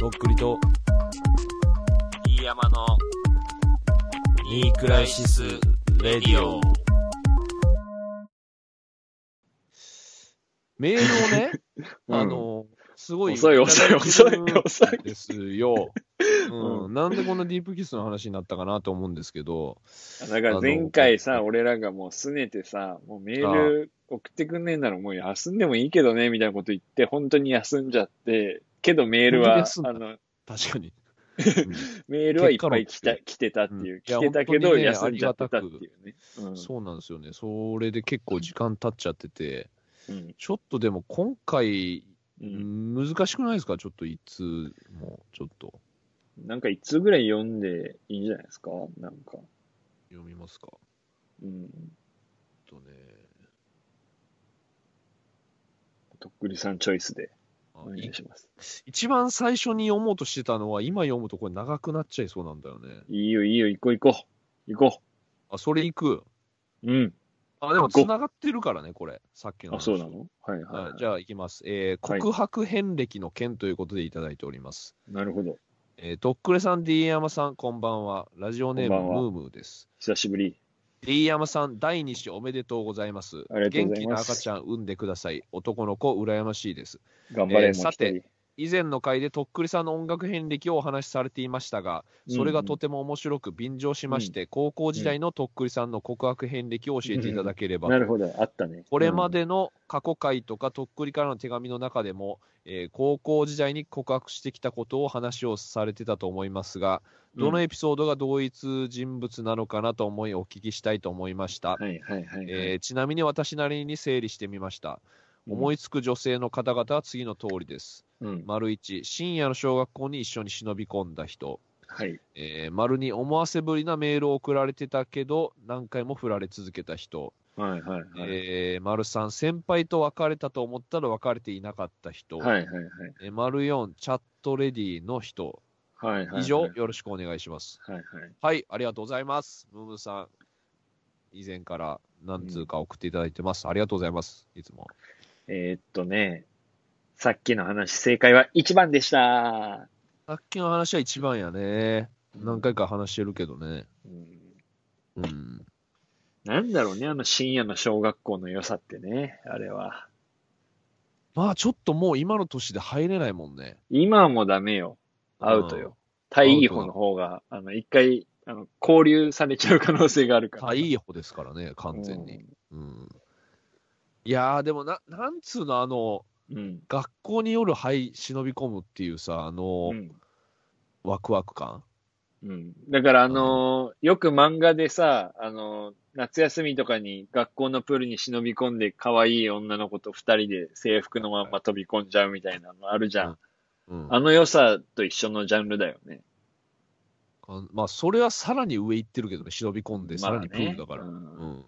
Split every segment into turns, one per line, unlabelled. とっくりと、
飯山の、ニークライシス・レディオ。
メールをね、
うん
あ、の、すごい。
遅い遅い遅い遅い
ですよ。
う
うん。なんでこんなディープキスの話になったかなと思うんですけど、
だから前回さ、俺らがもう拗ねてさ、もうメール送ってくんねえならもう休んでもいいけどね、みたいなこと言って、本当に休んじゃって、けどメール
本当
は、
に休んだ
あの、
確かに。
メールはいっぱい
結
来
果論
た、来てたっていうう、
んいや
来てたけど
本当にね
休んじゃったっていうね。
うん
う
そうなんですよね。それで結構時間経っちゃってて、
ん。うん
ちょっとでも今回、
うん。
難しくないですかちょっといつも、ちょっと
なんかいつぐらい読んでいいんじゃないですかなんか。
読みますか。
うん。
えっとね、
とっくりさんチョイスで
あ
お願
い
いします。
一番最初に読もうとしてたのは、今読むとこれ長くなっちゃいそうなんだよね。
いいよいいよ、行こう行こう。行こ
あ、それ行く。
う。うん。
あ、でも
ご
繋がってるからね、これ。さっきの話
あ、そうなのはいはい
はい、
は
じゃあ行きます。えー、
はい
告白遍歴の件ということでいただいております。
い。なるほど。
えー、とっくれさん、D 山さん、こんばんは。ラジオネーム、
こんばんは
ムームーです。
久しぶり。
D 山さん、第2子おめでとうございます。
ありがとう
元
ござ
気
い
な
ます
赤ちゃん産んでください。男の子、羨ましいです。
頑張れ、
えー
もう
さ
一
て
人。
以前の回でとっくりさんの音楽遍歴をお話しされていましたが、それがとても面白く便乗しまして、高校時代のとっくりさんの告白遍歴を教えていただければ
なるほど、あったね。
これまでの過去回とか、とっくりからの手紙の中でも、えー高校時代に告白してきたことを話をされてたと思いますが、どのエピソードが同一人物なのかなと思い、お聞きしたいと思いました
う。んはいはいはいはい。
えーちなみに私なりに整理してみました。思いつく女性の方々は次の通りです。
うん、
丸1、深夜の小学校に一緒に忍び込んだ人。
はい。
えー丸2、思わせぶりなメールを送られてたけど、何回も振られ続けた人。
はいはいはい。
えー、丸3、先輩と別れたと思ったら別れていなかった人。
はいはいはい。
えー丸4、チャットレディの人。
はいはいはい。
以上、
はい
よろしくお願いします。
はい。
はい、ありがとうございます。ムームーさん、以前から何通か送っていただいてます。ありがとうございます、いつも。
えーっとね、さっきの話、正解は1番でした。
さっきの話は一番やね。何回か話してるけどね。
うん。
うん。
なんだろうね、あの深夜の小学校の良さってね、あれは。
まあ、ちょっともう今の年で入れないもんね。
今もダメよ。アウトよ。対いい方の方が、あの、一回、あの、交流されちゃう可能性があるから。
いい方ですからね、完全に。うん。いやー、でもな、なんつうの、あの、
うん。
学校に夜はい忍び込むっていうさ、あの、
うん。
ワクワク感。
うん。だから、あのーよく漫画でさ、あのー夏休みとかに学校のプールに忍び込んで、可愛い女の子と二人で制服のまんま飛び込んじゃうみたいなのあるじゃん。
うん、
あの良さと一緒のジャンルだよね。
あまあ、それはさらに上行ってるけどね、忍び込んで、
ま
さ
あ
らにプールだから。
ね
う
うん
ん。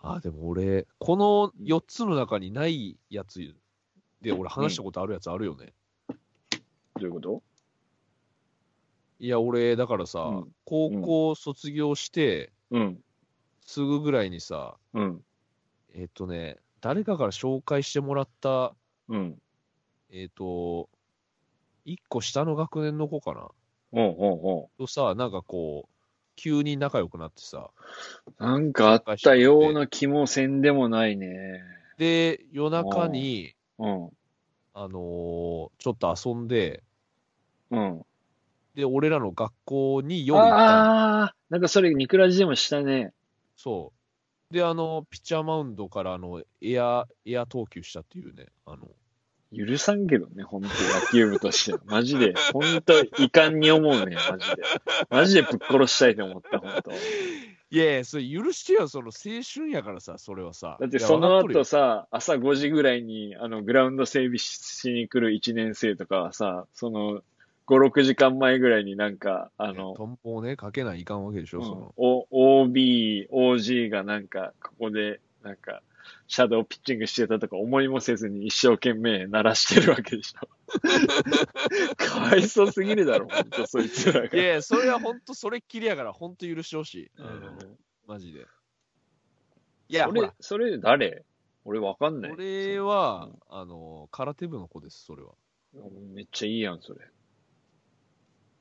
あ、でも俺、この4つの中にないやつで、俺話したことあるやつあるよね。
どういうこと
いや、俺、だからさ、
うん
高校卒業して、
うん。
すぐぐらいにさ、
うん。
えっ、とね、誰かから紹介してもらった、
うん。
えっ、と、1個下の学年の子かな。
おうおう
と
お
さ、なんかこう、急に仲良くなってさ、
う。なんかあったような気もせんでもないね。
で、夜中に、
うん。
あのーちょっと遊んで、
うん。
で、俺らの学校に夜行ったの
ああ、なんかそれ、ニクラジでもしたね。
そう。で、あの、ピッチャーマウンドから、あの、エア、エア投球したっていうね、あの、
許さんけどね、本当野球部として。マジで。本当遺憾に思うね、マジで。マジでぶっ殺したいと思った、本当。
いやいや、それ許してよ、その青春やからさ、それはさ。
だって
いや
その
わかっとる
後
よ
さ、朝5時ぐらいに、あの、グラウンド整備しに来る1年生とかはさ、その、5、6時間前ぐらいになんか、あ
ね
の、
トンボをね、かけないいかんわけでしょ、
うん
その。
お OB、OG がなんか、ここで、なんか、シャドウピッチングしてたとか思いもせずに一生懸命鳴らしてるわけでし ょ。かわいそうすぎるだろ、本当そいつらが
い。やいや、それは本当それっきりやから、本当許してほしい。あ
う
の
ん
マジで。いや、
そ
ほ
れ
ら、
それ誰俺わかんない。
これは、あの、空手部の子です、それは。
めっちゃいいやん、それ。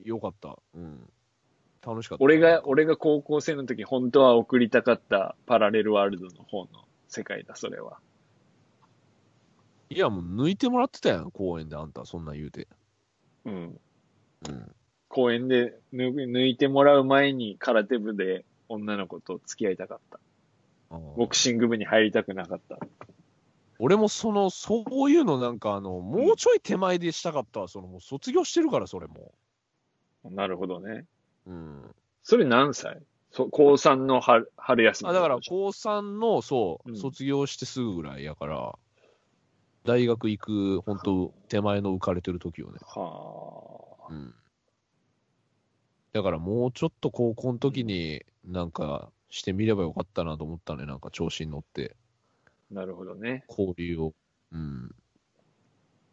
よかった。うん。楽しかった。
俺が、俺が高校生の時、本当は送りたかったパラレルワールドの方の世界だ、それは。
いや、もう抜いてもらってたやん、公園であんた、そんなん言うて。
うん。
うん。
公園で抜抜いてもらう前に空手部で女の子と付き合いたかった。
あー
ボクシング部に入りたくなかった。
俺もその、そういうのなんか、あの、もうちょい手前でしたかったわその、もう卒業してるから、それも。
なるほどね。
うん。
それ何歳そ高3の春春休み。
あだから、高3の、そう、
うん
卒業してすぐぐらいやから、大学行く、本当手前の浮かれてる時よね。
はあ。
うん。だから、もうちょっと高校の時に、なんか、してみればよかったなと思ったね、なんか調子に乗って。
なるほどね。
交流を。うん。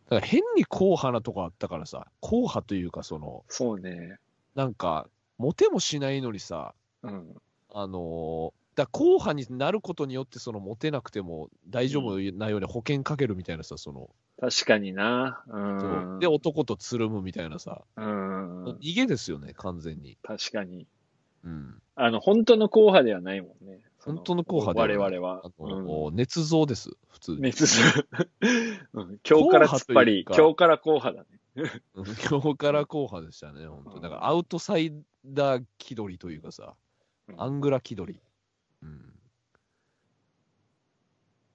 だから変に硬派なとこあったからさ、硬派というか、その、
そうね。
なんか、モテもしないのにさ、
うん。
あのーだから硬派になることによって、その、モテなくても大丈夫なように保険かけるみたいなさ、その、
確かにな。う。
そうんで、男とつるむみたいなさ、
うん。
逃げですよね、完全に。
確かに。
うん。
あの、本当の後派ではないもんね。そ
本当の硬派では
我々は
あ。
う
の、
ん
捏造です、普通に。
ね、つつ、 うん、今日から突っ張り、
硬派というか
今日から後派だね。
うん今日から硬派でしたね、本
う
当
ん
だから、アウトサイダー気取りというかさ、
うん
アングラ気取り。うん。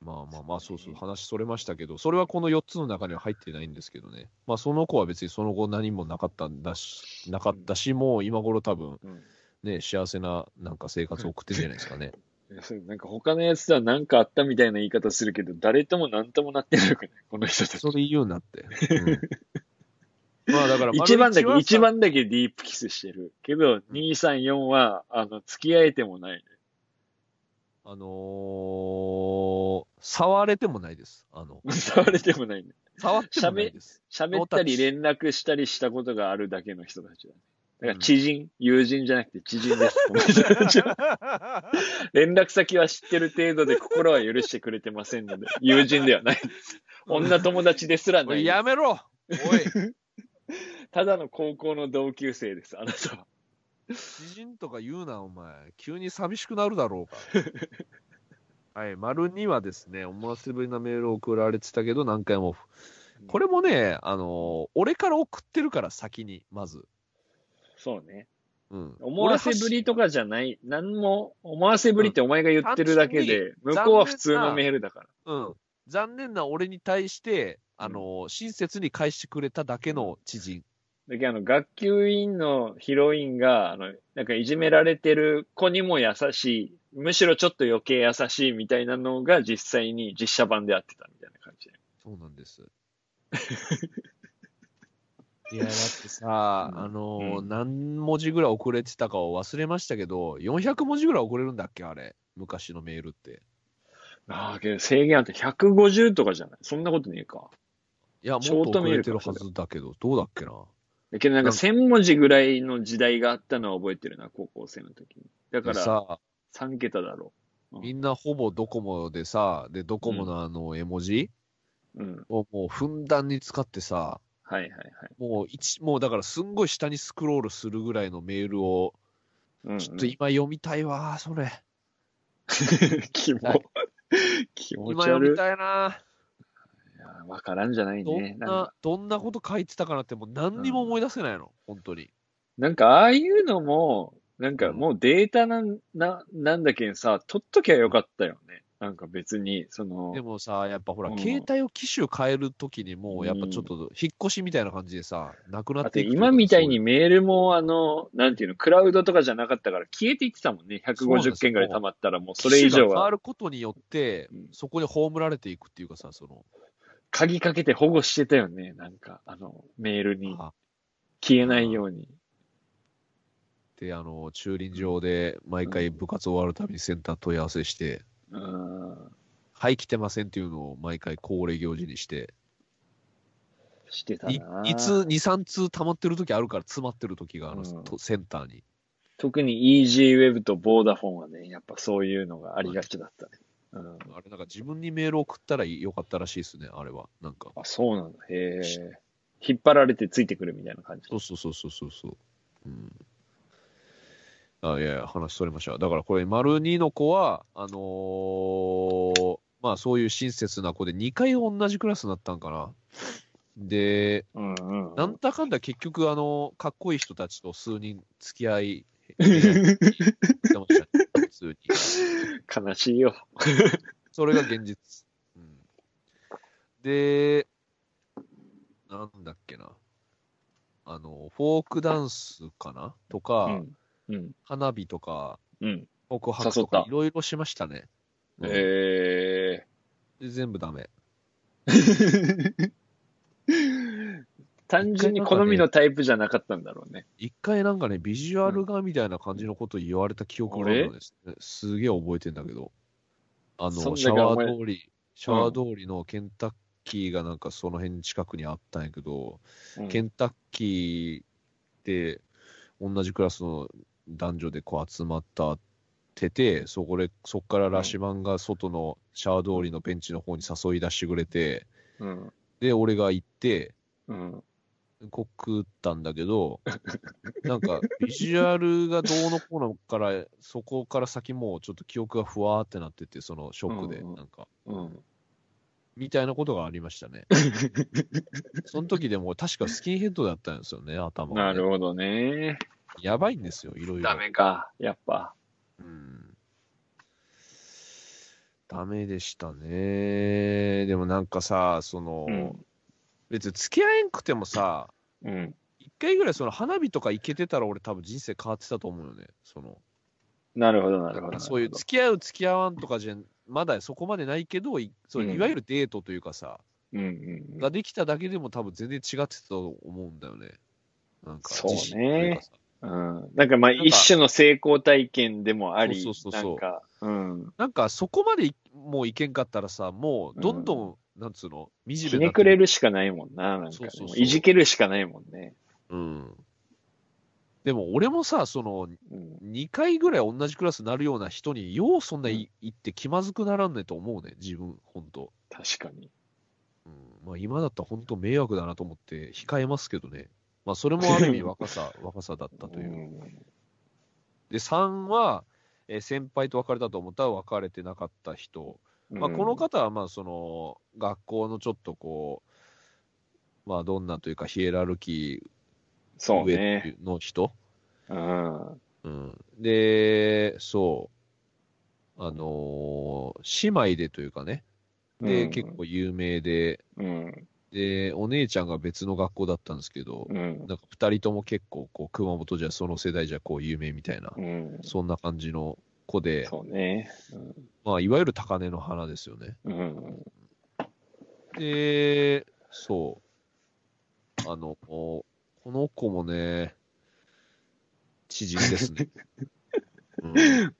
まあまあまあ、そうそう、話それましたけど、それはこの4つの中には入ってないんですけどね。まあ、その子は別にその後何もなかったんだし、なかったし、もう今頃多分、
うん
ね、幸せななんか生活を送ってんじゃないですか ね。
そうなんか他のやつとは何かあったみたいな言い方するけど、誰とも何ともなってなくない この人たち。
それ言うなって。 うんまあだから、
一番だけ、
丸はさ
一番だけディープキスしてる。けど、2、3、4は、あの、付き合えてもないね。
あのー触れてもないです。あの、
触れてもないね。
触ってもないです。
喋ったり連絡したりしたことがあるだけの人たちだね。だから知人、友人じゃなくて知 人です。 この人たちは連絡先は知ってる程度で心は許してくれてませんので、友人で はないです。女友達ですら
お
ないい。
やめろお い、
ただの高校の同級生です、あなたは。
知人とか言うな、お前。急に寂しくなるだろうか。はい、丸2はですね、思わせぶりなメールを送られてたけど、何回も。これもね、あのー俺から送ってるから、先に、まず。
そうね。
うん。
思わせぶりとかじゃない。何も、思わせぶりってお前が言ってるだけで、
ん
向こうは普通のメールだから。
うん。残念な俺に対して、あのー親切に返してくれただけの知人。
だけど、あの、学級委員のヒロインが、あの、なんかいじめられてる子にも優しい、むしろちょっと余計優しいみたいなのが実際に実写版であってたみたいな感じで。
そうなんです。 いや、だってさ、
うん
あのー
う
何文字ぐらい遅れてたかを忘れましたけど、400文字ぐらい遅れるんだっけ、あれ。昔のメールって。
ああ、けど制限あって150とかじゃないそんなことねえか。
いや、もっ
ショ
と
ート
遅
メー
れ
ル
て
か
るはずだけど、どうだっけな。
だけどなんか
なんか
1000文字ぐらいの時代があったのは覚えてるな、高校生の時に。だか
で
ら、
さ、
3桁だろ
みんなほぼドコモでさ、で、ドコモのあの絵文字
う。うん。
をもうふんだんに使ってさ、
はいはいはい。
もう一、もうだからすんごい下にスクロールするぐらいのメールを、
うん、うん。
ちょっと今読みたいわ、それ。
気も
なんか、
気持
今
ち
読
悪い
み。たいな。
いやわからんじゃない
ど
ね。
ん
なんか
な、どんなこと書いてたかなって、もう何にも思い出せないの、本当に。
なんかああいうのも、なんかもうデータなん、な、なんだけんさ、取っときゃよかったよね。なんか別に、その
で、もさ、やっぱほら、
うん
携帯を機種変えるときにもう、やっぱちょっと、引っ越しみたいな感じでさ、なくな
だ
っ
ってて
いくとうか
今みたい
そう
に
う
メールもあの、なんていうの、クラウドとかじゃなかったから消えていってたもんね。
そうなんで
150
す
件ぐらい溜まったらもうそれ以
機種
上
が変わ
は
ることによって
うん、
そこに葬られていくっていうかさ、その、
鍵かけて保護してたよね。なんか、あの、メールに
あ
消えないように。
で、あの、駐輪場で、毎回部活終わるたびにセンター問い合わせして、
うん、
はい、来てませんっていうのを毎回恒例行事にして、
してた
い
な。
いつ、2、3通溜まってるときあるから、詰まってるときが、あの、
うん
とセンターに。
特に EasyWeb とボーダフォンはね、やっぱそういうのがありがちだったね。うん。
あれ、なんか自分にメール送ったらよかったらしいですね、あれは。なんか。
あ、そうなんだ。へえ。引っ張られてついてくるみたいな感じ
そ。うそうそうそうそうそう。うん。あ、いやいや、話それました。だからこれ、丸2の子は、あのーまあそういう親切な子で2回同じクラスになったんかな。で、
うんうん。
なんだかんだ結局、あの、かっこいい人たちと数人付き合い、してましたね普通に。
悲しいよ。
それが現 実。うん、で、なんだっけな。あの、フォークダンスかなとか、
うん。うん。
花火とか、
うん。
告白とか
誘っ、た
いろいろしましたね。うん
え
で全部ダメ。
ー。単純に好みのタイプじゃなかったんだろうね。
一回なんかね、ビジュアルがみたいな感じのこと言われた記憶があるのです、ね。すげえ覚えてんだけど。あ
そん
の、
だけ
シャワ
お前
ー通り、シャワー通りのケンタッキーがなんかその辺近くにあったんやけど、
うん
ケンタッキーで同じクラスの男女でこう集まったってて、そこで、そこからラシマンが外のシャワー通りのベンチの方に誘い出してくれて、
うん。
で、俺が行って、
うん。
告ったんだけ ど、なんか、ビジュアルがどうのこうのから、そこから先もうちょっと記憶がふわーってなってて、そのショックで、
うんうん
なんか、
うん。
みたいなことがありました ね。その時でも確かスキンヘッドだったんですよね、頭が
な
ね、
るほどね。
やばいんですよ、いろいろ。
ダメか。やっぱ。
うんダメでしたね。でもなんかさ、その、
うん。
別に付き合えんくてもさ、
うん。
一回ぐらいその花火とか行けてたら俺多分人生変わってたと思うよね。その、
なるほど、なるほど。
そういう付き合う付き合わんとかじゃ、まだそこまでないけど、いそう
うん
いわゆるデートというかさ、
うんうん
ができただけでも多分全然違ってたと思うんだよね。なんか、
そうね
自信というかさ
うん。うん。なんかまあ、
なんか
一種の成功体験でもあり、
そうそうそうそう
なんか、うん。
なんかそこまでいもういけんかったらさ、もうどんどん、なんつうの、惨めになって
ひねくれるしかないもんな、なんか
そう
ね
そう。そう
いじけるしかないもんね。
うん。でも俺もさ、その、
うん。
2回ぐらい同じクラスになるような人に、ようそんない言って気まずくならんねと思うね、自分、ほんと。
確かに。
うん、まあ今だったらほんと迷惑だなと思って控えますけどね。まあそれもある意味若 さ、若さだったという。
ん
で、3は、えー先輩と別れたと思ったら別れてなかった人。まあこの、方は、まあその、学校のちょっとこう、まあどんなというかヒエラルキ
そ
ー
う
上
ね。
の人、
うん。
うんで、そう、あのー姉妹でというかね、で、
うん
結構有名で、
うん。
で、お姉ちゃんが別の学校だったんですけど、
うん。
なんか2人とも結構こう、熊本じゃ、その世代じゃこう有名みたいな、
うん。
そんな感じの子で、
そうね。
まあ、いわゆる高嶺の花ですよね。
うん。
で、そう、あの、この子もね、知人です ね。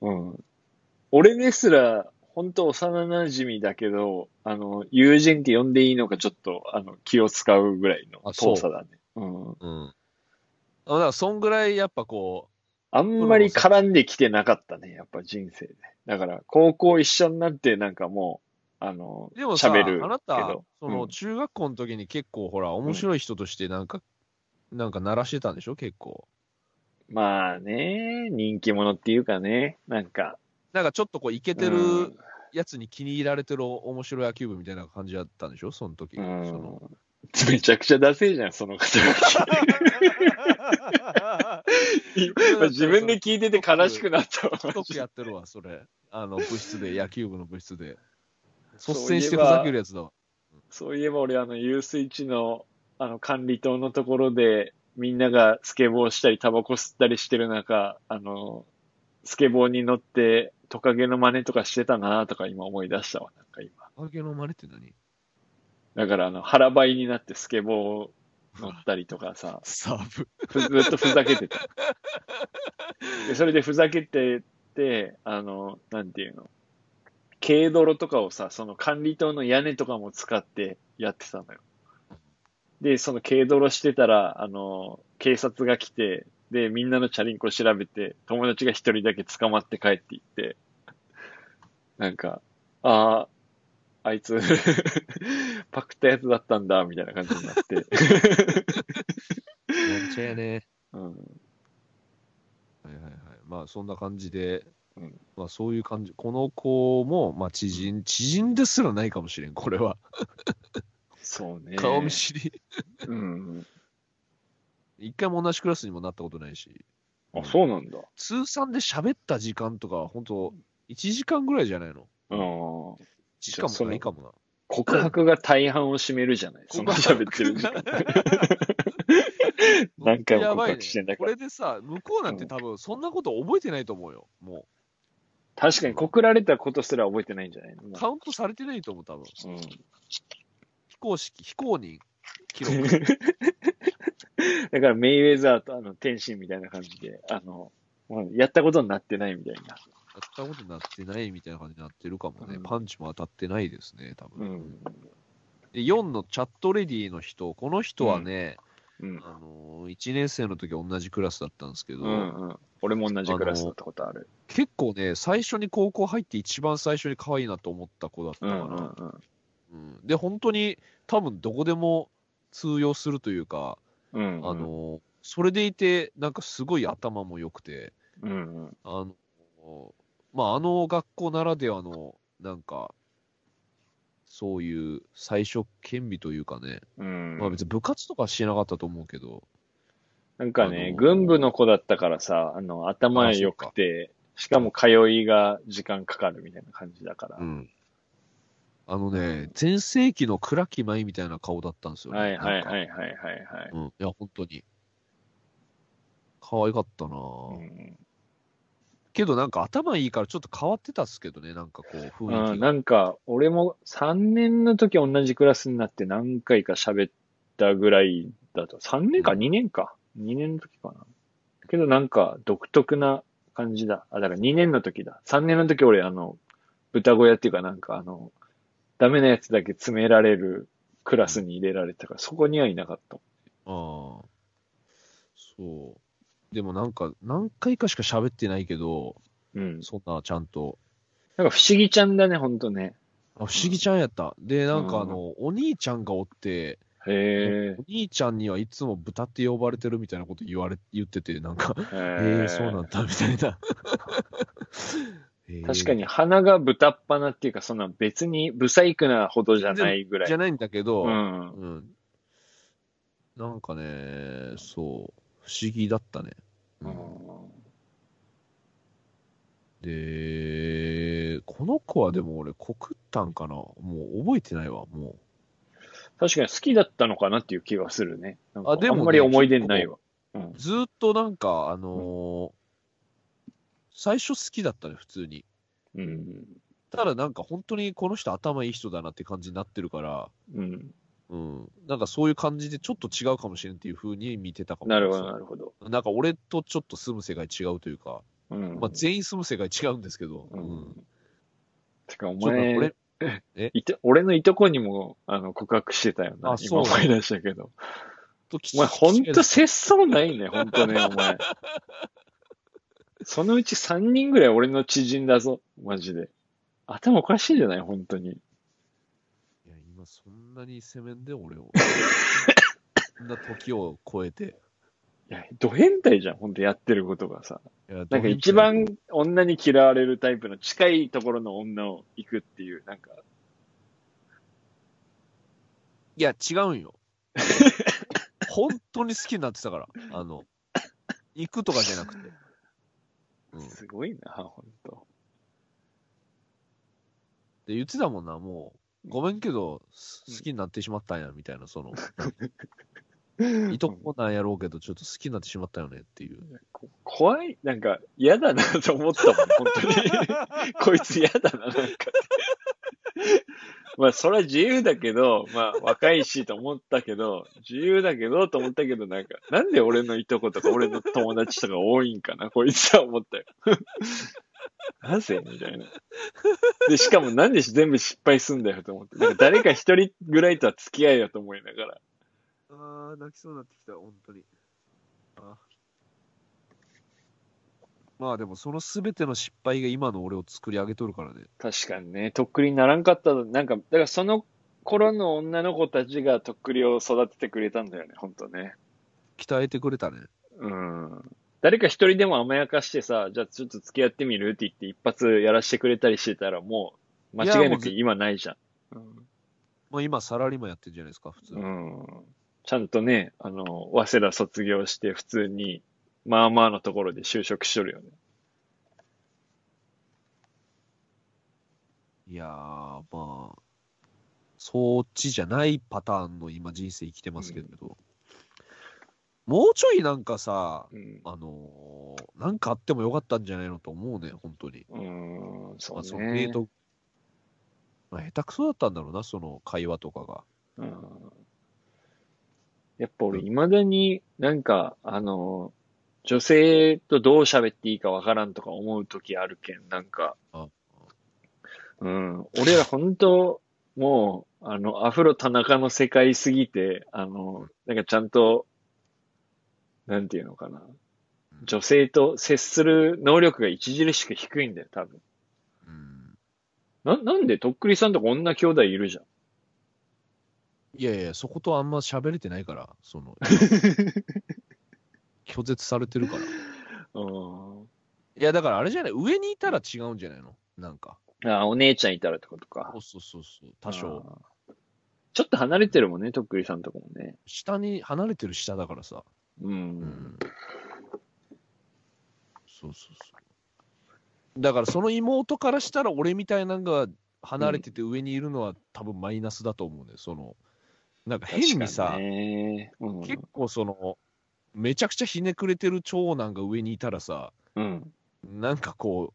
うん
うん。俺ですら、本当幼馴染だけど、あの、友人って呼んでいいのかちょっと、あの、気を使うぐらいの
あそう
遠さだね。うん。
うん。あだから、そんぐらいやっぱこ
あんまり絡んできてなかったね、やっぱ人生で。だから、高校一緒になって、なんかもう、あの、
う、でもさ、
喋る
あな
け
た
ど、
その
うん
中学校の時に結構ほら、面白い人としてなんか、なんか鳴らしてたんでしょ結構。
まあね、人気者っていうかね、なんか。
なんかちょっとこう、イケて
う
る
ん
やつに気に入られてる面白い野球部みたいな感じだったんでしょその時。
う
そ
ん
の
めちゃくちゃダセえじゃん、その方が。 自分で聞いてて悲しくなったわ。マ
よ
ジ
く
で
やってるわ、それ。あの、部室で、野球部の部室で。率先してふざけるやつだわ。
そういえば俺、あの、遊水地の、あの、管理棟のところで、みんながスケボーしたり、タバコ吸ったりしてる中、あの、スケボーに乗って、トカゲの真似とかしてたなとか今思い出したわ、なんか今。
あげの真似って何
だから、あの、腹ばいになってスケボー乗ったりとかさ、
サーブ。
ふ ずっとふざけてた。でそれでふざけてて、あの、なんていうの、軽泥とかをさ、その管理棟の屋根とかも使ってやってたのよ。で、その軽泥してたら、あの、警察が来て、で、みんなのチャリンコ調べて、友達が一人だけ捕まって帰っていって、なんか、ああ、あいつ パクったやつだったんだ、みたいな感じになって。
やんちゃやね。
うん。
はいはいはい。まあそんな感じで、
うん
まあそういう感じ。この子も、まあ知人、知人ですらないかもしれん、これは。
そうね。
顔見知り。
うん。
一回も同じクラスにもなったことないし。
あ、そうなんだ。
通算で喋った時間とかは、本当1時間ぐらいじゃないの
うん。
時間もないかもな。
告白が大半を占めるじゃない。その喋って る時間。何回も告白してんだ
やばいね
か
こ
ら。
れでさ、向こうなんて多分そんなこと覚えてないと思うよ。も、
確かに告られたことすら覚えてないんじゃないうの
カウントされてないと思う、多分。
うん。
非公式、非公認記録。
だから、メイウェザーとあの天心みたいな感じで、あの、まあやったことになってないみたいな。
やったことになってないみたいな感じになってるかもね。
うん
パンチも当たってないですね、多分。
ん。
で、4のチャットレディの人、この人はね、
うん。
あのー、1年生の時同じクラスだったんですけど、
うんうん。俺も同じクラスだったことある。
結構ね、最初に高校入って一番最初に可愛いなと思った子だった
う
か
ん
な。
うんうん。
うんで、本当に多分どこでも通用するというか、
うんうん。
あ、の、それでいて、なんかすごい頭も良くて、
うんうん。
あの、まあ、あの学校ならではの、なんか、そういう最初兼備というかね、
うん。
まあ別に部活とかはしてなかったと思うけど、
なんかね、
あのー
軍部の子だったからさ、あの、頭良くて、しかも通いが時間かかるみたいな感じだから。
うん。あのね、全盛期の倉木舞みたいな顔だったんですよね。
はいは
な
い
んか
はいはいはいはい。
うん。いや、本当に。可愛かったな
う
ぁ、
ん
けどなんか頭いいからちょっと変わってたっすけどね、なんかこう雰
う
囲気
ん、
が。
なんか、俺も3年の時同じクラスになって何回か喋ったぐらいだと、3年か
うん
2年か。2年の時かな。けどなんか独特な感じだ。あ、だから2年の時だ。3年の時俺あの、豚小屋っていうかなんかあの、ダメなやつだけ詰められるクラスに入れられたから、そこにはいなかった。
ああ。そう。でもなんか、何回かしか喋ってないけど、
うん。
そんなちゃんと。
なんか不思議ちゃんだね、ほんとね。
あ不思議ちゃんやった。で、なん
うん
かあの、お兄ちゃんがおって、
へえ
お。兄ちゃんにはいつも豚って呼ばれてるみたいなこと言われ、言ってて、なんか、え
へ
ー、そうなんだ、みたいな。へー
確かに鼻が豚っ鼻っていうか、そんな別にブサイクなほどじゃないぐらい。
じゃないんだけど、
うん。
うん。なんかね、そう、不思議だったね。うんで、この子はでも俺、告ったんかなもう覚えてないわ、も
確かに好きだったのかなっていう気がするね。なんか
あでもね
あんまり思い出ないわ。うん
う。。ずーっとなんか、あのー最初好きだったね、普通に。
うん。
ただなんか本当にこの人頭いい人だなって感じになってるから、
うん。
うん。なんかそういう感じでちょっと違うかもしれんっていう風に見てたかも。
なるほど、なるほど。
ど。なんか俺とちょっと住む世界違うというか、
うん。
まあ全員住む世界違うんですけど、
う
うん
ん。てか、お
ちょっと俺
前、、いと俺のいとこにも、あの、告白してたよな。
あそう
今思い出したけど。
とき
お前、ほんと節操な いね、ほんとね、お前。そのうち3人ぐらい俺の知人だぞ、マジで。頭おかしいんじゃない本当に。
いや、今そんなに責めんで、俺 を。そんな時を超えて。
いや、ド変態じゃん、ほんとやってることがさ。
いや
なんか一、番女に嫌われるタイプの近いところの女を行くっていう、なんか、
いや、違うんよ。 本当に好きになってたから、あの、行くとかじゃなくて。うん。っ
すごいな、ほんと。
て言ってたもんな、もう、ごめんけど、す好きになってしまったんや、みたいな、その、いとこなんやろうけど、ちょっと好きになってしまったよねっていう。
こ怖い、なんか嫌だなと思ったもん、本当に。 こいつ嫌だな、なんか。 まあ、それは自由だけど、まあ、若いしと思ったけど、自由だけどと思ったけど、なんか、なんで俺のいとことか俺の友達とか多いんかな、こいつは思ったよ。 なぜみたいな。で、しかもなんで全部失敗すんだよと思って。なんか誰か一人ぐらいとは付き合いよと思いながら。
ああ、泣きそうになってきた、本当に。あまあでもその全ての失敗が今の俺を作り上げとるからね。
確かにね、とっくりにならんかったの、なんか、だからその頃の女の子たちがとっくりを育ててくれたんだよね、ほんとね。
鍛えてくれたね。
うん。誰か一人でも甘やかしてさ、じゃあちょっと付き合ってみるって言って一発やらしてくれたりしてたらもう、間違いなく今ないじゃん。
まあ今サラリーマンやってるじゃないですか、普通。
うん。うんちゃんとね、あの、早稲田卒業して普通に、まあまあのところで就職しとるよね。
いやー、まあ、そっちじゃないパターンの今人生生きてますけど。もうちょいなんかさ、
うん。
あのーなんかあってもよかったんじゃないのと思うね、本当に。
うん、
まあ、
そ
そうのデ
ね
ー。ト、まあ、下手くそだったんだろうな、その会話とかが。
うんやっぱ俺、未だになんか、あの、女性とどう喋っていいかわからんとか思う時あるけん、なんか
あ。
うん。俺ら本当、もう、あの、アフロ田中の世界すぎて、あの、なんかちゃんと、なんていうのかな。女性と接する能力が著しく低いんだよ、多分。
うん、
な、なんでとっくりさんとか女兄弟いるじゃん。
いやいや、そことあんま喋れてないから、そ の、拒絶されてるから。い
うん。
や、だからあれじゃない、上にいたら違うんじゃないのなんか。
あ、お姉ちゃんいたらってことか
そ。うそうそうそう、多少。
あー。ちょっと離れてるもんね、とっくりさんとかもね。
下に、離れてる下だからさ。
う。
うんん。そうそうそう。だからその妹からしたら、俺みたいなのが離れてて上にいるのは多分マイナスだと思うね。その、なんか変にさ、
確かねうん。
結構その、めちゃくちゃひねくれてる長男が上にいたらさ、
うん。
なんかこう、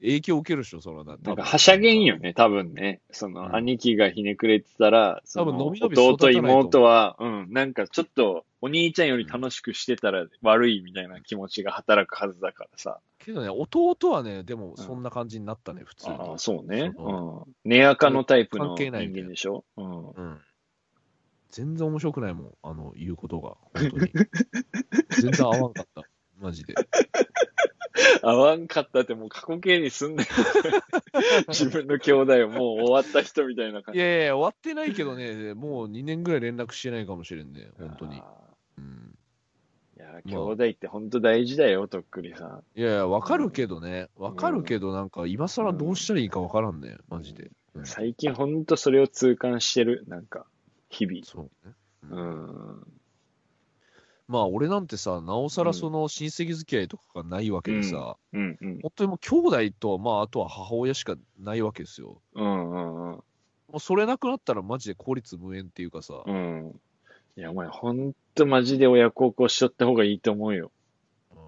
影響受けるでしょ、そのな。
な
多
ん
分
か、はしゃげんよ。ね、多分ね。そうの、
ん
兄貴がひねくれてたら、そ
多分のびのび育た
弟、
ないと思う
妹は、うん、なんかちょっと、お兄ちゃんより楽しくしてたら悪いみたいな気持ちが働くはずだからさ。
けどね、弟はね、でもそんな感じになったね、普通に。
ああ、そうね。
そ
うん。寝垢のタイプ
関
の人
係ないみたい
間
な
でしょうん。
うん。全然面白くないもん、あの、言うことが。本 当に。全然合わんかった。マジで。
合わんかったってもう過去形にすんなよ。 自分の兄弟をもう終わった人みたいな感
い
じ。
やいや、終わってないけどね、もう2年ぐらい連絡してないかもしれんね、本当に。
あ
うん、
ー。いや、兄弟って本当大事だよ、とっくりさん。
いやいや、わかるけどね、わかるけど、なんか、今更どうしたらいいかわからんね、マジで。うん
最近本当それを痛感してる、なんか、日
そうね。
々。うん。
まあ、俺なんてさ、なおさらその親戚付き合いとかがないわけでさ、
うんうん。
本当にもう兄弟と、まあ、あとは母親しかないわけですよ。
うんうんうん。
もうそれなくなったらマジで効率無縁っていうかさ、
うん。いや、お前本当マジで親孝行しとった方がいいと思うよ。
うん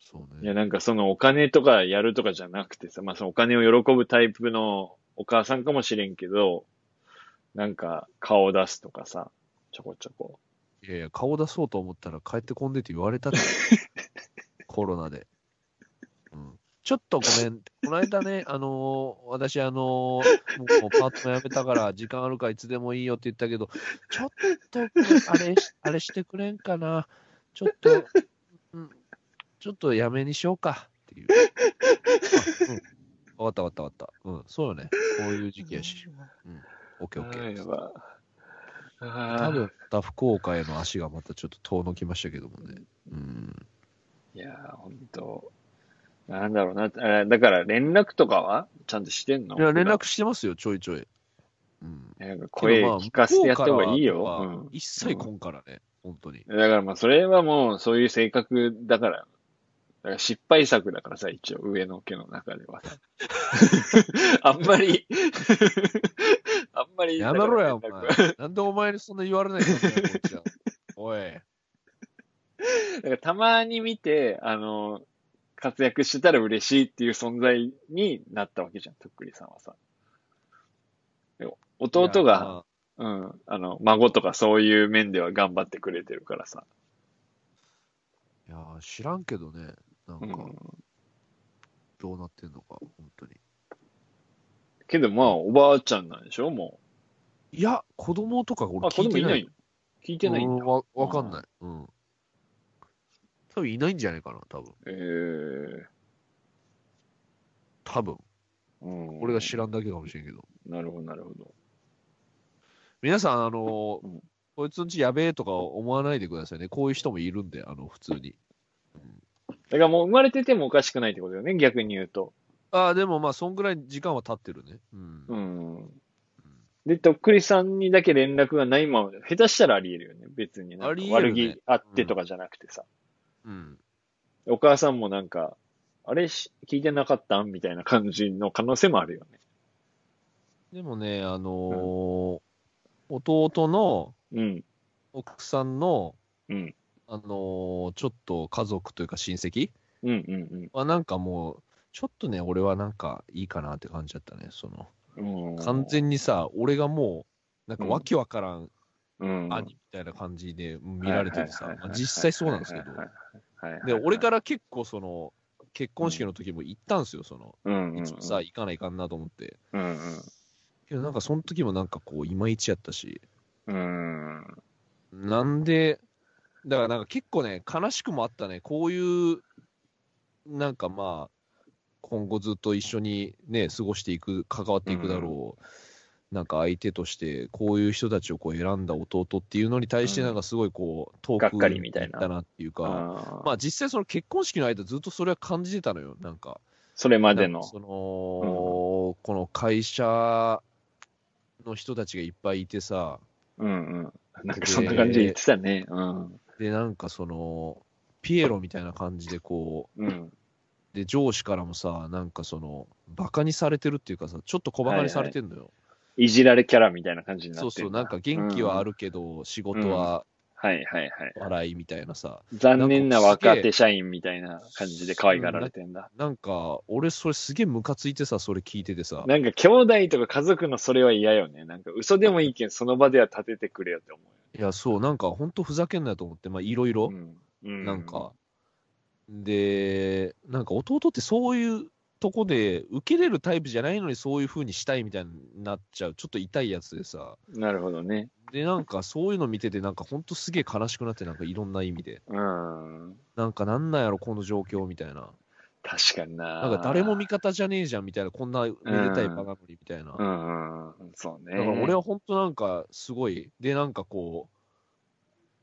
そう
い
ね。
や、なんかそのお金とかやるとかじゃなくてさ、まあそのお金を喜ぶタイプのお母さんかもしれんけど、なんか顔を出すとかさ、ちょこちょこ。
いやいや、顔出そうと思ったら帰ってこんでって言われたって コロナで。うんちょっとごめん。この間ね、あのー私、あのーもうもうパートも辞めたから、時間あるからいつでもいいよって言ったけど、ちょっと、あれ、あれしてくれんかな。ちょっと、うん、ちょっとやめにしようかっていう。あうん、わかったわかったわかった。うん、そうよね。こういう時期やし。うん、オッケーオッケ
あーや
ー。
ば。あー
多分、また福岡への足がまたちょっと遠のきましたけどもね。うん。
いやー、ほんと。なんだろうな。あーだから連絡とかはちゃんとしてんの
いや、連絡してますよ、ちょいちょい。うん。
なんか声
けどまあ
聞かせてやった方がいい
向こうから
よ
は。一切こんからね、本当に。
うん。だからまあ、それはもう、そういう性格だから、だから失敗作だからさ、一応、上の家の中で は。あんまり、 あんまり。
やめろや、お
だから
前
連絡は。
なんでお前にそんな言われないかんねこっちは。おい。
だからたまに見て、あの、活躍してたら嬉しいっていう存在になったわけじゃん、とっくりさんはさ。でも弟
いや
が、
まあ
うん、あの、孫とかそういう面では頑張ってくれてるからさ。
いやー、知らんけどね、なん
う
か、
ん。
どうなってんのか、本当に。
けどまあ、おばあちゃんなんでしょ、もう。
いや、子供とか俺
あ、子
聞い
供
て
い
な。
ないいの聞いてないん
う
だ。
わわかんない。うん。多分いないんじゃないかな、多分。
えー、
多分。
うん
俺が知らんだけかもしれんけど。
なるほど、なるほど。
皆さん、あのー
うん
こいつんちやべえとか思わないでくださいね。こういう人もいるんで、あの、普通に。
だからもう生まれててもおかしくないってことよね、逆に言うと。
ああ、でもまあ、そんぐらい時間は経ってるね。うん。
うん。で、とっくりさんにだけ連絡がないままで、下手したらあり得るよね、別に。なんか
あり得
悪
るね
気あってとかじゃなくてさ。
うん。
お母さんもなんか、あれし聞いてなかったんみたいな感じの可能性もあるよ
でもね、あのー弟の
ね。
奥さんの、
うん。うん。
あのーちょっと家族というか親戚
うんうん
はなんかもう、ちょっとね、俺はなんかいいかなって感じだったね。その、
うん。うん
完全にさ、俺がもう、なんかわけわからん
うん
兄みたいな感じで見られててさ、
はいはいはいはい
まあ実際そうなんですけど
はい、はいはいはい
で、俺から結構その、結婚式の時も行ったんですよ、その、
うんうんうん
いつもさ、行かないかんなと思って。
うん
けどなんかその時もなんかこう、いまいちやったし、
うん。うん。
なんで、だからなんか結構ね、悲しくもあったね、こういう、なんかまあ、今後ずっと一緒にね、過ごしていく、関わっていくだろう、なんか相手として、こういう人たちをこう選んだ弟っていうのに対して、なんかすごいこう、遠
がっ
く
かりみたいな
だなっていうか、
あ
ま
あ、
あ実際その結婚式の間ずっとそれは感じてたのよ、なんか。
それまで
な
の
んか。その、この会社の人たちがいっぱいいてさ、
うんうん。なんかそんな感じで言ってたね。うん。
で、なんかその、ピエロみたいな感じでこ
うん。
う、で、上司からもさ、なんかその、バカにされてるっていうかさ、ちょっと小バカにされてんのよ。
いじられキャラみたいな感じになって
そうそう、なんか元気はあ
る。
るけど、仕事は
はいはいはい。
笑いみたいなさ、
残念な若手社員みたいな感じで可愛がられてんだ。
なんか、俺それすげえムカついてさ、それ聞いててさ、
なんか兄弟とか家族のそれは嫌よね。なんか嘘でもいいけん、その場では立ててくれよって思
いや、そう、なんか本当ふざけんなよと思って、まあいろいろ。
うよ。うん。
なんか、で、なんか弟ってそういうとこで受けれるタイプじゃないのにそういう風にしたいみたいになっちゃう、ちょっと痛いやつでさ、
うん。なるほどね。
で、なんかそういうの見てて、なんかほんとすげえ悲しくなって、なんかいろんな意味で、
うん。
なんかなんなんやろ、この状況みたいな、
確かにな。
なんか誰も味方じゃねえじゃんみたいな、こんなめでたい場なのにみたいな。
うんうん。そうね。
だから俺は本当なんかすごい、でなんかこう、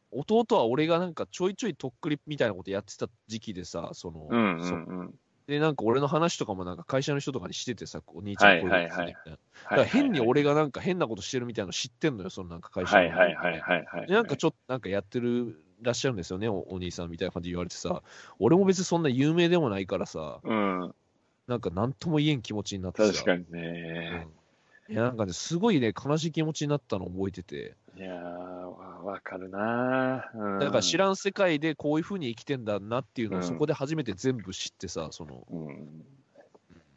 弟は俺がなんかちょいちょいとっくりみたいなことやってた時期でさ、その、
うんう
そ
んうん。
で、なんか俺の話とかもなんか会社の人とかにしててさ、お兄ちゃんこういうことですね
はいはいは
み
い
たいな。だから変に俺がなんか変なことしてるみたいなの知ってんのよ、そのなんか会社の。
はいはいはいはいはい。
で、なんかちょっとなんかやってるらっしゃるんですよね、おお兄さんみたいな感じで言われてさ、俺も別にそんな有名でもないからさ、
うん。
なんかなんとも言えん気持ちになってさ。
確かにね。
うんいや、なんかね、すごいね、悲しい気持ちになったのを覚えてて、
いやー、わわかるなー、うん、
だから知らん世界でこういうふうに生きてんだなっていうの
う
を
ん
そこで初めて全部知ってさ、その、
うん。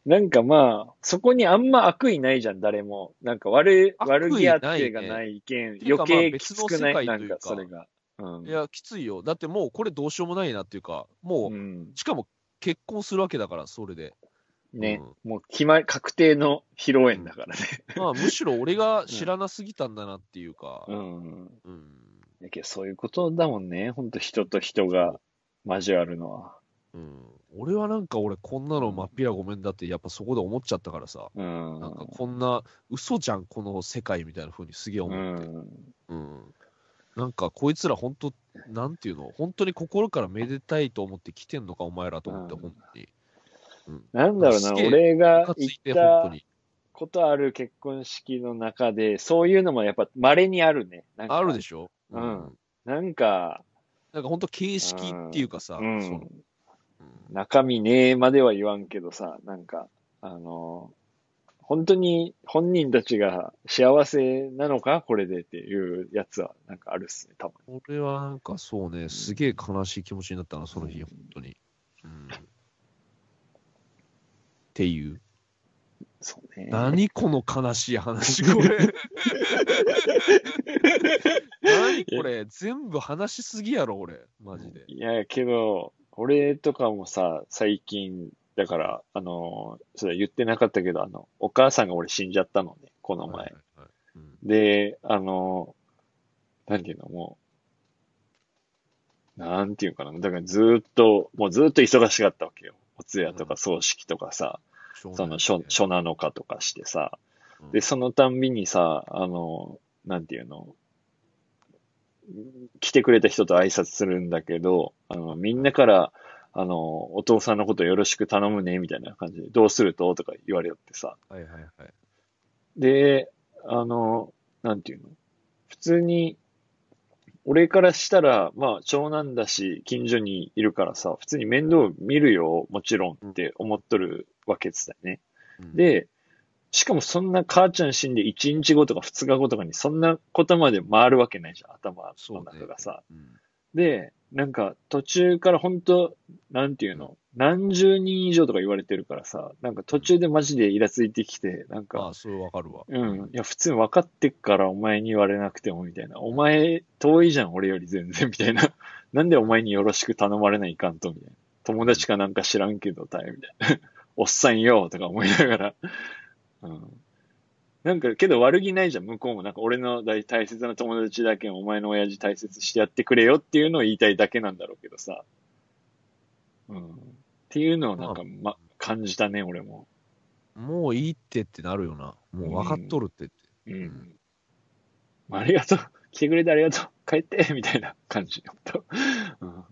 なんかまあ、そこにあんま悪意ないじゃん、誰も。なんか悪い、
悪
悪
意ないね
気あってがない意見、
ていうか
余計
まあ
きつくな
別の世
い、な
界とい
ん
うか
かそれが。うん。
いや、きついよ。だってもうこれどうしようもないなっていうか、もう、
うん、
しかも結婚するわけだから、それ で。
ね、もう決まり、確定の披露宴だからね。
まあ、むしろ俺が知らなすぎたんだなっていうか、
うん。
うん。
だけどそういうことだもんね、ほんと人と人が交わるのは。
うん、俺はなんか俺こんなのまっぴらごめんだってやっぱそこで思っちゃったからさ、
うん。
なんかこんな嘘じゃん、この世界みたいな風にすげえ
う
思って。
ん。
うん。なんかこいつら本当、なんていうの、本当に心からめでたいと思って来てんのか、お前らと思って、
うん
本当に。
なんだろう
す
な、
げえ
俺
ム
が
カつ
言っ
いて、
た
本当に。
ことある結婚式の中で、そういうのもやっぱ稀にあるね。なんか
あるでしょ
うん。なんか、
なんか本当形式っていうかさ、
う
その
ん、
うん
中身ねえまでは言わんけどさ、なんか、あの、本当に本人たちが幸せなのかこれでっていうやつは、なんかあるっすね、多分。
俺はなんかそうね、すげえ悲しい気持ちになったな、その日、本当に。うん、っていう。
そうね。
何この悲しい話、これ。何これ、全部話しすぎやろ、俺、マジで。
いや、けど、俺とかもさ、最近、だから、あの、それは言ってなかったけど、あの、お母さんが俺死んじゃったのね、この
はい
前。
はいはいうん
で、あの、なんていうの、もう、なんていうかな。だからずーっと、もうずーっと忙しかったわけよ。お通夜とか葬式とかさ、その初、初7日とかしてさ。
うん
で、そのたんびにさ、あの、なんていうの、来てくれた人と挨拶するんだけど、あの、みんなから、あの、お父さんのことよろしく頼むね、みたいな感じで、どうするととか言われよってさ。
はいはいはい。
で、あの、なんていうの普通に、俺からしたら、まあ、長男だし、近所にいるからさ、普通に面倒見るよ、もちろんって思っとるわけですよね。
うん、
で、しかもそんな母ちゃん死んで1日後とか2日後とかにそんなことまで回るわけないじゃん、頭の中がさ。
うん、
で、なんか途中から本当なんていうの、何十人以上とか言われてるからさ、なんか途中でマジでイラついてきて、なんか
ま、あ、それわかるわ。
うん。いや、普通に分かってっからお前に言われなくてもみたいな。お前遠いじゃん、俺より全然みたいな。 なんでお前によろしく頼まれないかんとみたいな。友達かなんか知らんけど、たいみたいな。 おっさんよとか思いながら。 うん。なんか、けど悪気ないじゃん、向こうも。なんか俺の大大切な友達だけんお前の親父大切にしてやってくれよっていうのを言いたいだけなんだろうけどさ。うん。っていうのをなんか、ま、感じたね、俺も。
もういいってってなるよな。もう分かっとるってって。
うん。ありがとう。来てくれてありがとう。帰って みたいな感じだった。うん。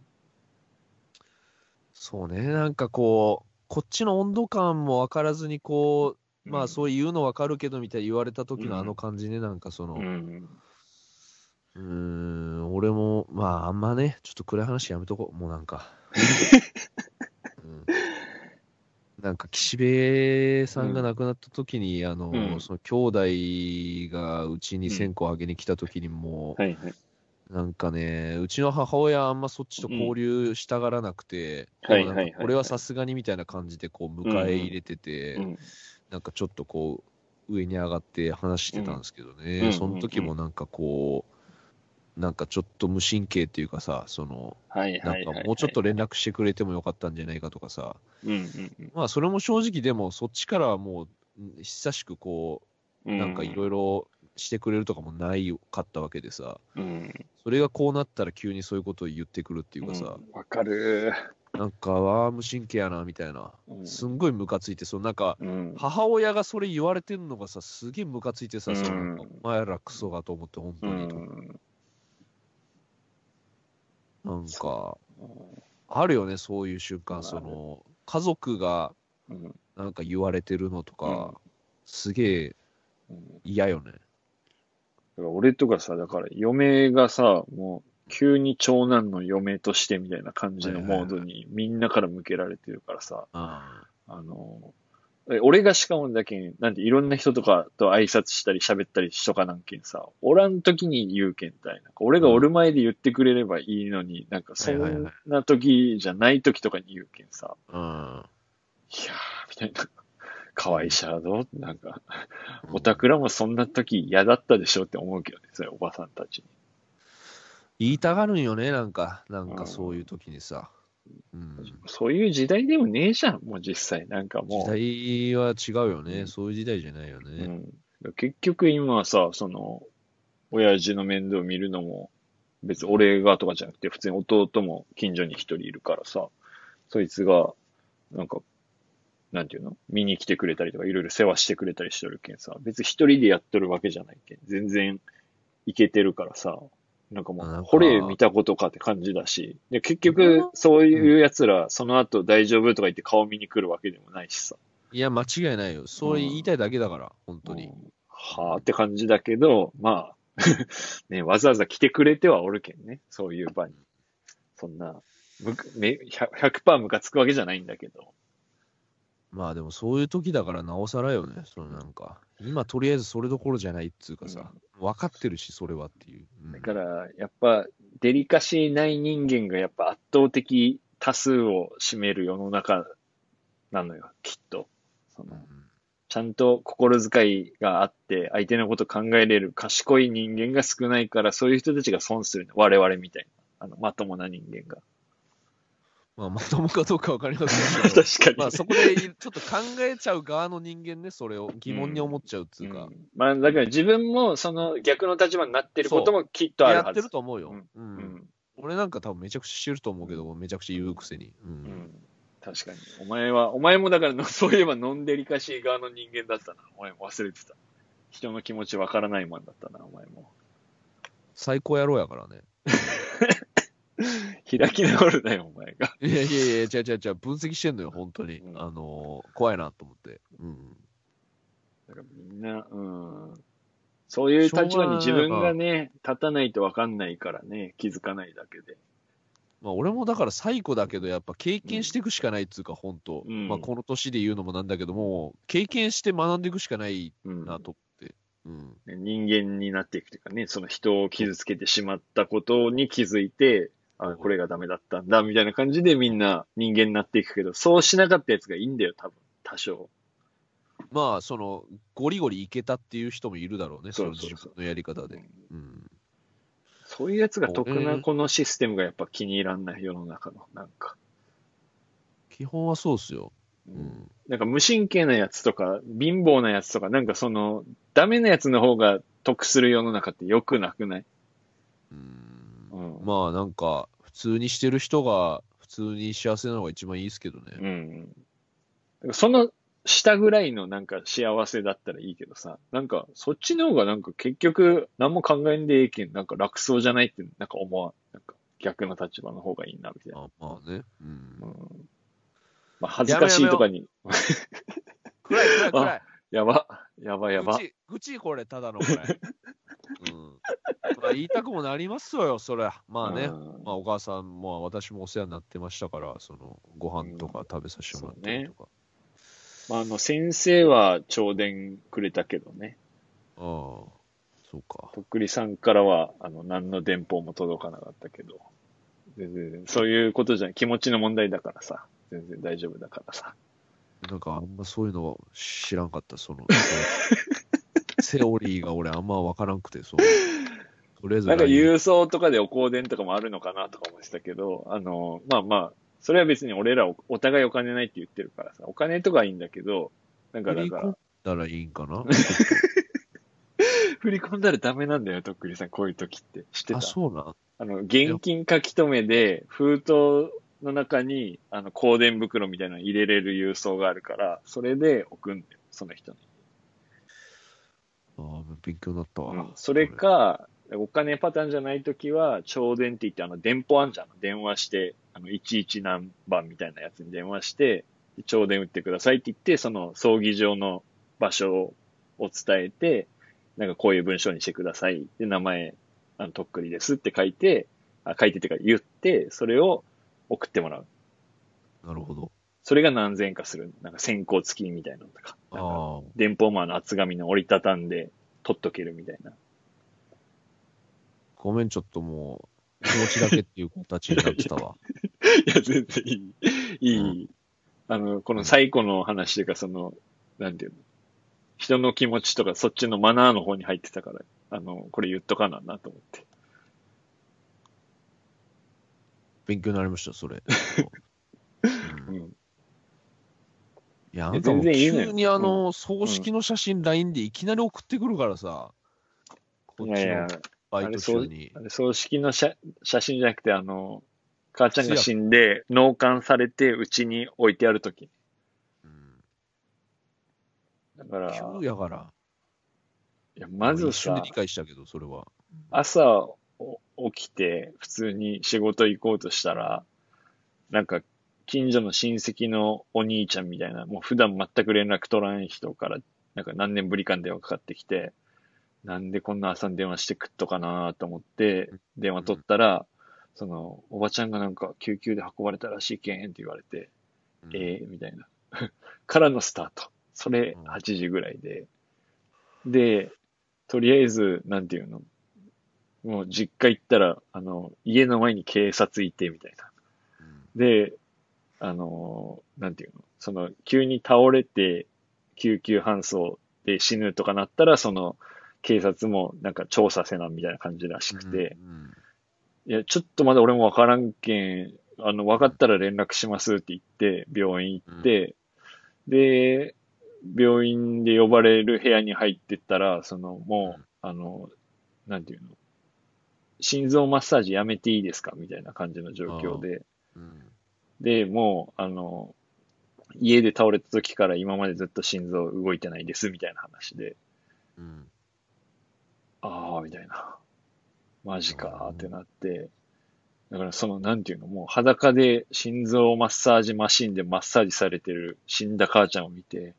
そうね、なんかこう、こっちの温度感も分からずに、こう、まあ、そういうの分かるけどみたいに言われた時
うん
のあの感じね、なんかその、
う。
うんーん、俺も、まあ、あんまね、ちょっと暗い話やめとこう、もうなんか。うんなんか岸辺さんが亡くなった時に、あの、
うん
その兄弟がうちに線香あげに来た時にもう、
はいはい。
なんかね、うちの母親あんまそっちと交流したがらなくて、
うん
でもなんか
はいはいはいはい
俺はさすがにみたいな感じでこう迎え入れてて、
うん。
なんかちょっとこう上に上がって話してたんですけどね、
うん
その時もなんかこう、なんかちょっと無神経っていうかさ、その
はいは
なん
い
か
はい。
もうちょっと。連絡してくれてもよかったんじゃないかとかさ、
うんうん
まあそれも正直でもそっちからはもう久しくこ
う。
うんなんかいろいろしてくれるとかもないかったわけでさ、
うん。
それがこうなったら急にそういうことを言ってくるっていうかさ、
うんわかる。
なんか、わあ、無神経やな、みたいな。
うん
すんごいムカついて、そのなんか、
うん。
母親がそれ言われてんのがさ、すげえムカついてさ、そのなんか
うん
お前らクソがと思って、本当
う
に。
ん。
なんか、あるよね、そういう瞬間、その、家族が
うん。
なんか言われてるのとか、
うん
すげえ
うん
嫌よね。
だから俺とかさ、だから嫁がさ、もう急に長男の嫁としてみたいな感じのモードにみんなから向けられてるからさ、
あ
あの、え俺がしかもだけん、なんていろんな人とかと挨拶したり喋ったりしとかなんけんさ、おらん時に言うけんたいな。俺がおる前で言ってくれればいいのに、なんかそ
はいはいは
んな時じゃない時とかに言うけんさ、
あ、
いやー、みたいな。かわいしゃーどなんか、
うん。
おたくらもそんな時嫌だったでしょって思うけどね、それおばさんたちに。
言いたがるんよね、なんか、なんかそういう時にさ。うん。
そういう時代でもねえじゃん、もう実際。なんかもう。
時代は違うよね、
うん
そういう時代じゃないよね。
うん、結局今はさ、その、親父の面倒見るのも、別に俺がとかじゃなくて、普通に弟も近所に一人いるからさ、そいつが、なんか、なんていうの見に来てくれたりとか、いろいろ世話してくれたりしてるけんさ、別に一人でやっとるわけじゃないけん、全然いけてるからさ、なんかも
なん
う、
か
惚れ見たことかって感じだし、で、結局、そういう奴ら、その後大丈夫とか言って顔見に来るわけでもないしさ、
いや、間違いないよ。それ
うん
言いたいだけだから、本当に
う。んはあって感じだけど、まあ、 ね、わざわざ来てくれてはおるけんね、そういう場に。そんな、むくめ100%ムカつくわけじゃないんだけど。
まあでもそういう時だからなおさらよね。そのなんか、今とりあえずそれどころじゃないっつうかさ、分かってるし、それはっていう。うん
だから、やっぱ、デリカシーない人間がやっぱ圧倒的多数を占める世の中なのよ、きっと。その
うん
ちゃんと心遣いがあって、相手のこと考えれる賢い人間が少ないから、そういう人たちが損するの。我々みたいな。あの、まともな人間 が。
まあ、まともかどうか分かりません
確
けど、
かに。
まあそこでちょっと考えちゃう側の人間ね、それを疑問に思っちゃうっつうか、
んまあ、だから自分もその逆の立場になってることもきっとある
や
は
って
ず。
ると思うよ。うん
うん
俺俺なんか多分めちゃくちゃ知ると思うけど、めちゃくちゃ言うくせに。う。
うんん。確かに。お前は、お前もだから の、そういえばノンデリカシー側の人間だったな。お前も忘れてた。人の気持ちわからないマンだったな、お前も。
最高野郎やからね。
開き直るなよ、お前が。
いやいやいや、違う違う違う、分析してんのよ、本当に
う。ん
あのー怖いなと思って。うん。
だからみんな、うん。そういう立場に自分がね、立たないとわかんないからね、気づかないだけで。
まあ、俺もだから最古だけど、やっぱ経験していくしかないっつうか、本当、
うん
まあ、この年で言うのもなんだけども、経験して学んでいくしかない
うん。
なと思って。うん。
人間になっていくというかね、その人を傷つけてしまったことに気づいて、あ、これがダメだったんだ、みたいな感じでみんな人間になっていくけど、そうしなかったやつがいいんだよ、多分。多少。
まあ、その、ゴリゴリいけたっていう人もいるだろうね、そ
そ
うの
そうそう
自分のやり方
う
で。うん。
そういうやつが得
そう
な
ね
このシステムがやっぱ気に入らんない、世の中の。なんか。
基本はそうっすよ。
う
うんん。
なんか無神経なやつとか、貧乏なやつとか、なんかその、ダメなやつの方が得する世の中って良くなくない
うん
うん。
まあ、なんか、普通にしてる人が、普通に幸せなのが一番いいっすけどね。
うん。だからその下ぐらいのなんか幸せだったらいいけどさ、なんかそっちの方がなんか結局何も考えんでええけん、なんか楽そうじゃないってなんか思わん。なんか逆の立場の方がいいな、みたいな。
まあ、まあね。うん
う。ん。まあ恥ずかしいとかに、
暗い暗い
暗いやば、やばやば。
愚痴、愚痴これ、ただのこ れ。うん。まあ、言いたくもなりますわよ、それは。まあね。
うん
まあ、お母さんも、私もお世話になってましたから、その、ご飯とか食べさせてもらったりとか。
まああの先生は弔電くれたけどね。
ああ、そうか。
とっくりさんからは、あの、何の電報も届かなかったけど、全然、そういうことじゃない。気持ちの問題だからさ。全然大丈夫だからさ。
なんか、あんまそういうの知らんかった、その、 セオリーが俺、あんま分からんくて、そう。とりあえず、
なんか郵送とかでお香典とかもあるのかなとか思ってたけど、あの、まあまあ、それは別に俺らおお互いお金ないって言ってるからさ、お金とかはいいんだけど、なんか
振
だ
り
か
込ん
ら、
だらいいんかな。
振り込んだらダメなんだよ、とっくりさん、こういう時って。知ってた
あ、そうなん。
あの、現金書き留めで、封筒の中に、あの、香典袋みたいなの入れれる郵送があるから、それで送んだよ、その人に。
ああ、勉強になったわ。
それか、お金パターンじゃないときは、超電って言って、あの、電報あんじゃん。電話して、あの、11何番みたいなやつに電話して、超電打ってくださいって言って、その、葬儀場の場所を伝えて、なんかこういう文章にしてください。で、名前、あの、とっくりですって書いて、あ書いてってか言って、それを送ってもらう。
なるほど。
それが何千円かする。なんか線香付きみたいなのとか。なんか
ああ。
電報マンの厚紙の折りたたんで、取っとけるみたいな。
ごめん、ちょっともう、気持ちだけっていう形になってたわ。
いや、全然いい。いい。あの、この最古の話というか、その、なんていうの。人の気持ちとか、そっちのマナーの方に入ってたから、あの、これ言っとかななと思って。
勉強になりました、それ。
う
うん
ん。
いや、あ
いや
んたも
全然いいのよ
急にあの、葬式の写真、LINE でいきなり送ってくるからさ、こっ
いや
ち
いや
の、バイト中に
あ。れ葬式の写写真じゃなくて、あの、母ちゃんが死んで、納棺されて、うちに置いてあるとき。
うん
だから、
急
い
やから。
や、まず
一瞬で
さ
理、解したけど、それは。
朝お起きて普通に仕事行こうとしたら、なんか近所の親戚のお兄ちゃんみたいな、もう普段全く連絡取らん人から、なんか何年ぶりかに電話かかってきて、なんでこんな朝に電話してくっとかなと思って、電話取ったら、その、おばちゃんがなんか救急で運ばれたらしいけんって言われて、
うん
ええみたいな。 からのスタート。それ
うん
8時ぐらいで。で、とりあえず、なんていうのもう実家行ったら、あの、家の前に警察いて、みたいな。
うん
で、あの、なんていうのその、急に倒れて、救急搬送で死ぬとかなったら、その、警察もなんか調査せな、みたいな感じらしくて。
うん
いや、ちょっとまだ俺もわからんけん、あの、わかったら連絡しますって言って、病院行って、で、病院で呼ばれる部屋に入ってったら、その、もう、あの、なんていうの、心臓マッサージやめていいですかみたいな感じの状況で、
うん
で、もう、あの、家で倒れた時から今までずっと心臓動いてないです、みたいな話で、
うん
ああ、みたいな。マジか
うん
ーってなって、だからその、なんていうの、もう裸で心臓マッサージマシンでマッサージされてる死んだ母ちゃんを見て、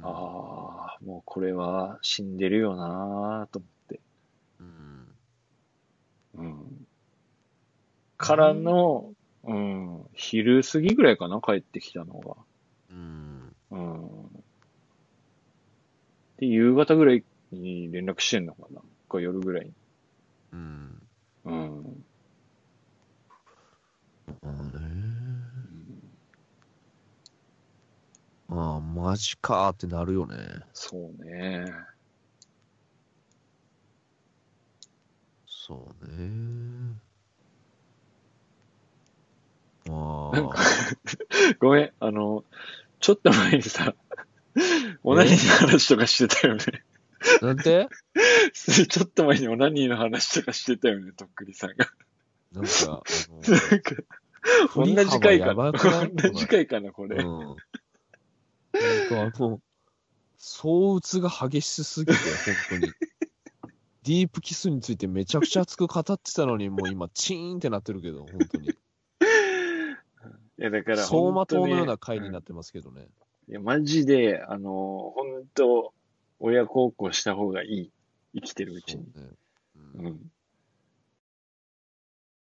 うん
ああ、もうこれは死んでるよなーと思って。
うん
うん。からの、うん、昼過ぎぐらいかな、帰ってきたのが。
うん
うん。で、夕方ぐらいに連絡してんのかなか夜ぐらいに。
うん
うん。
まあねああマジかーってなるよね
そうね。
そうねああ
なんごめん、あの、ちょっと前にさ、オナニーの話とかしてたよね。
なんて
ちょっと前にオナニーの話とかしてたよね、とっくりさんが。
なんかあの
なんか、
振
同
り
じ
幅
回
や
かな。
ばくない
同じ回かな、これ。
うん。なんかもう、相鬱が激しすぎて、本当に。ディープキスについてめちゃくちゃ熱く語ってたのに、もう今、チーンってなってるけど、本当に。
いや、だから、
走馬灯のような
回
回になってますけどね。
いや、マジで、あの、本当親孝行した方がいい。生きてるう
そ
ちに。
うね。う
うんん。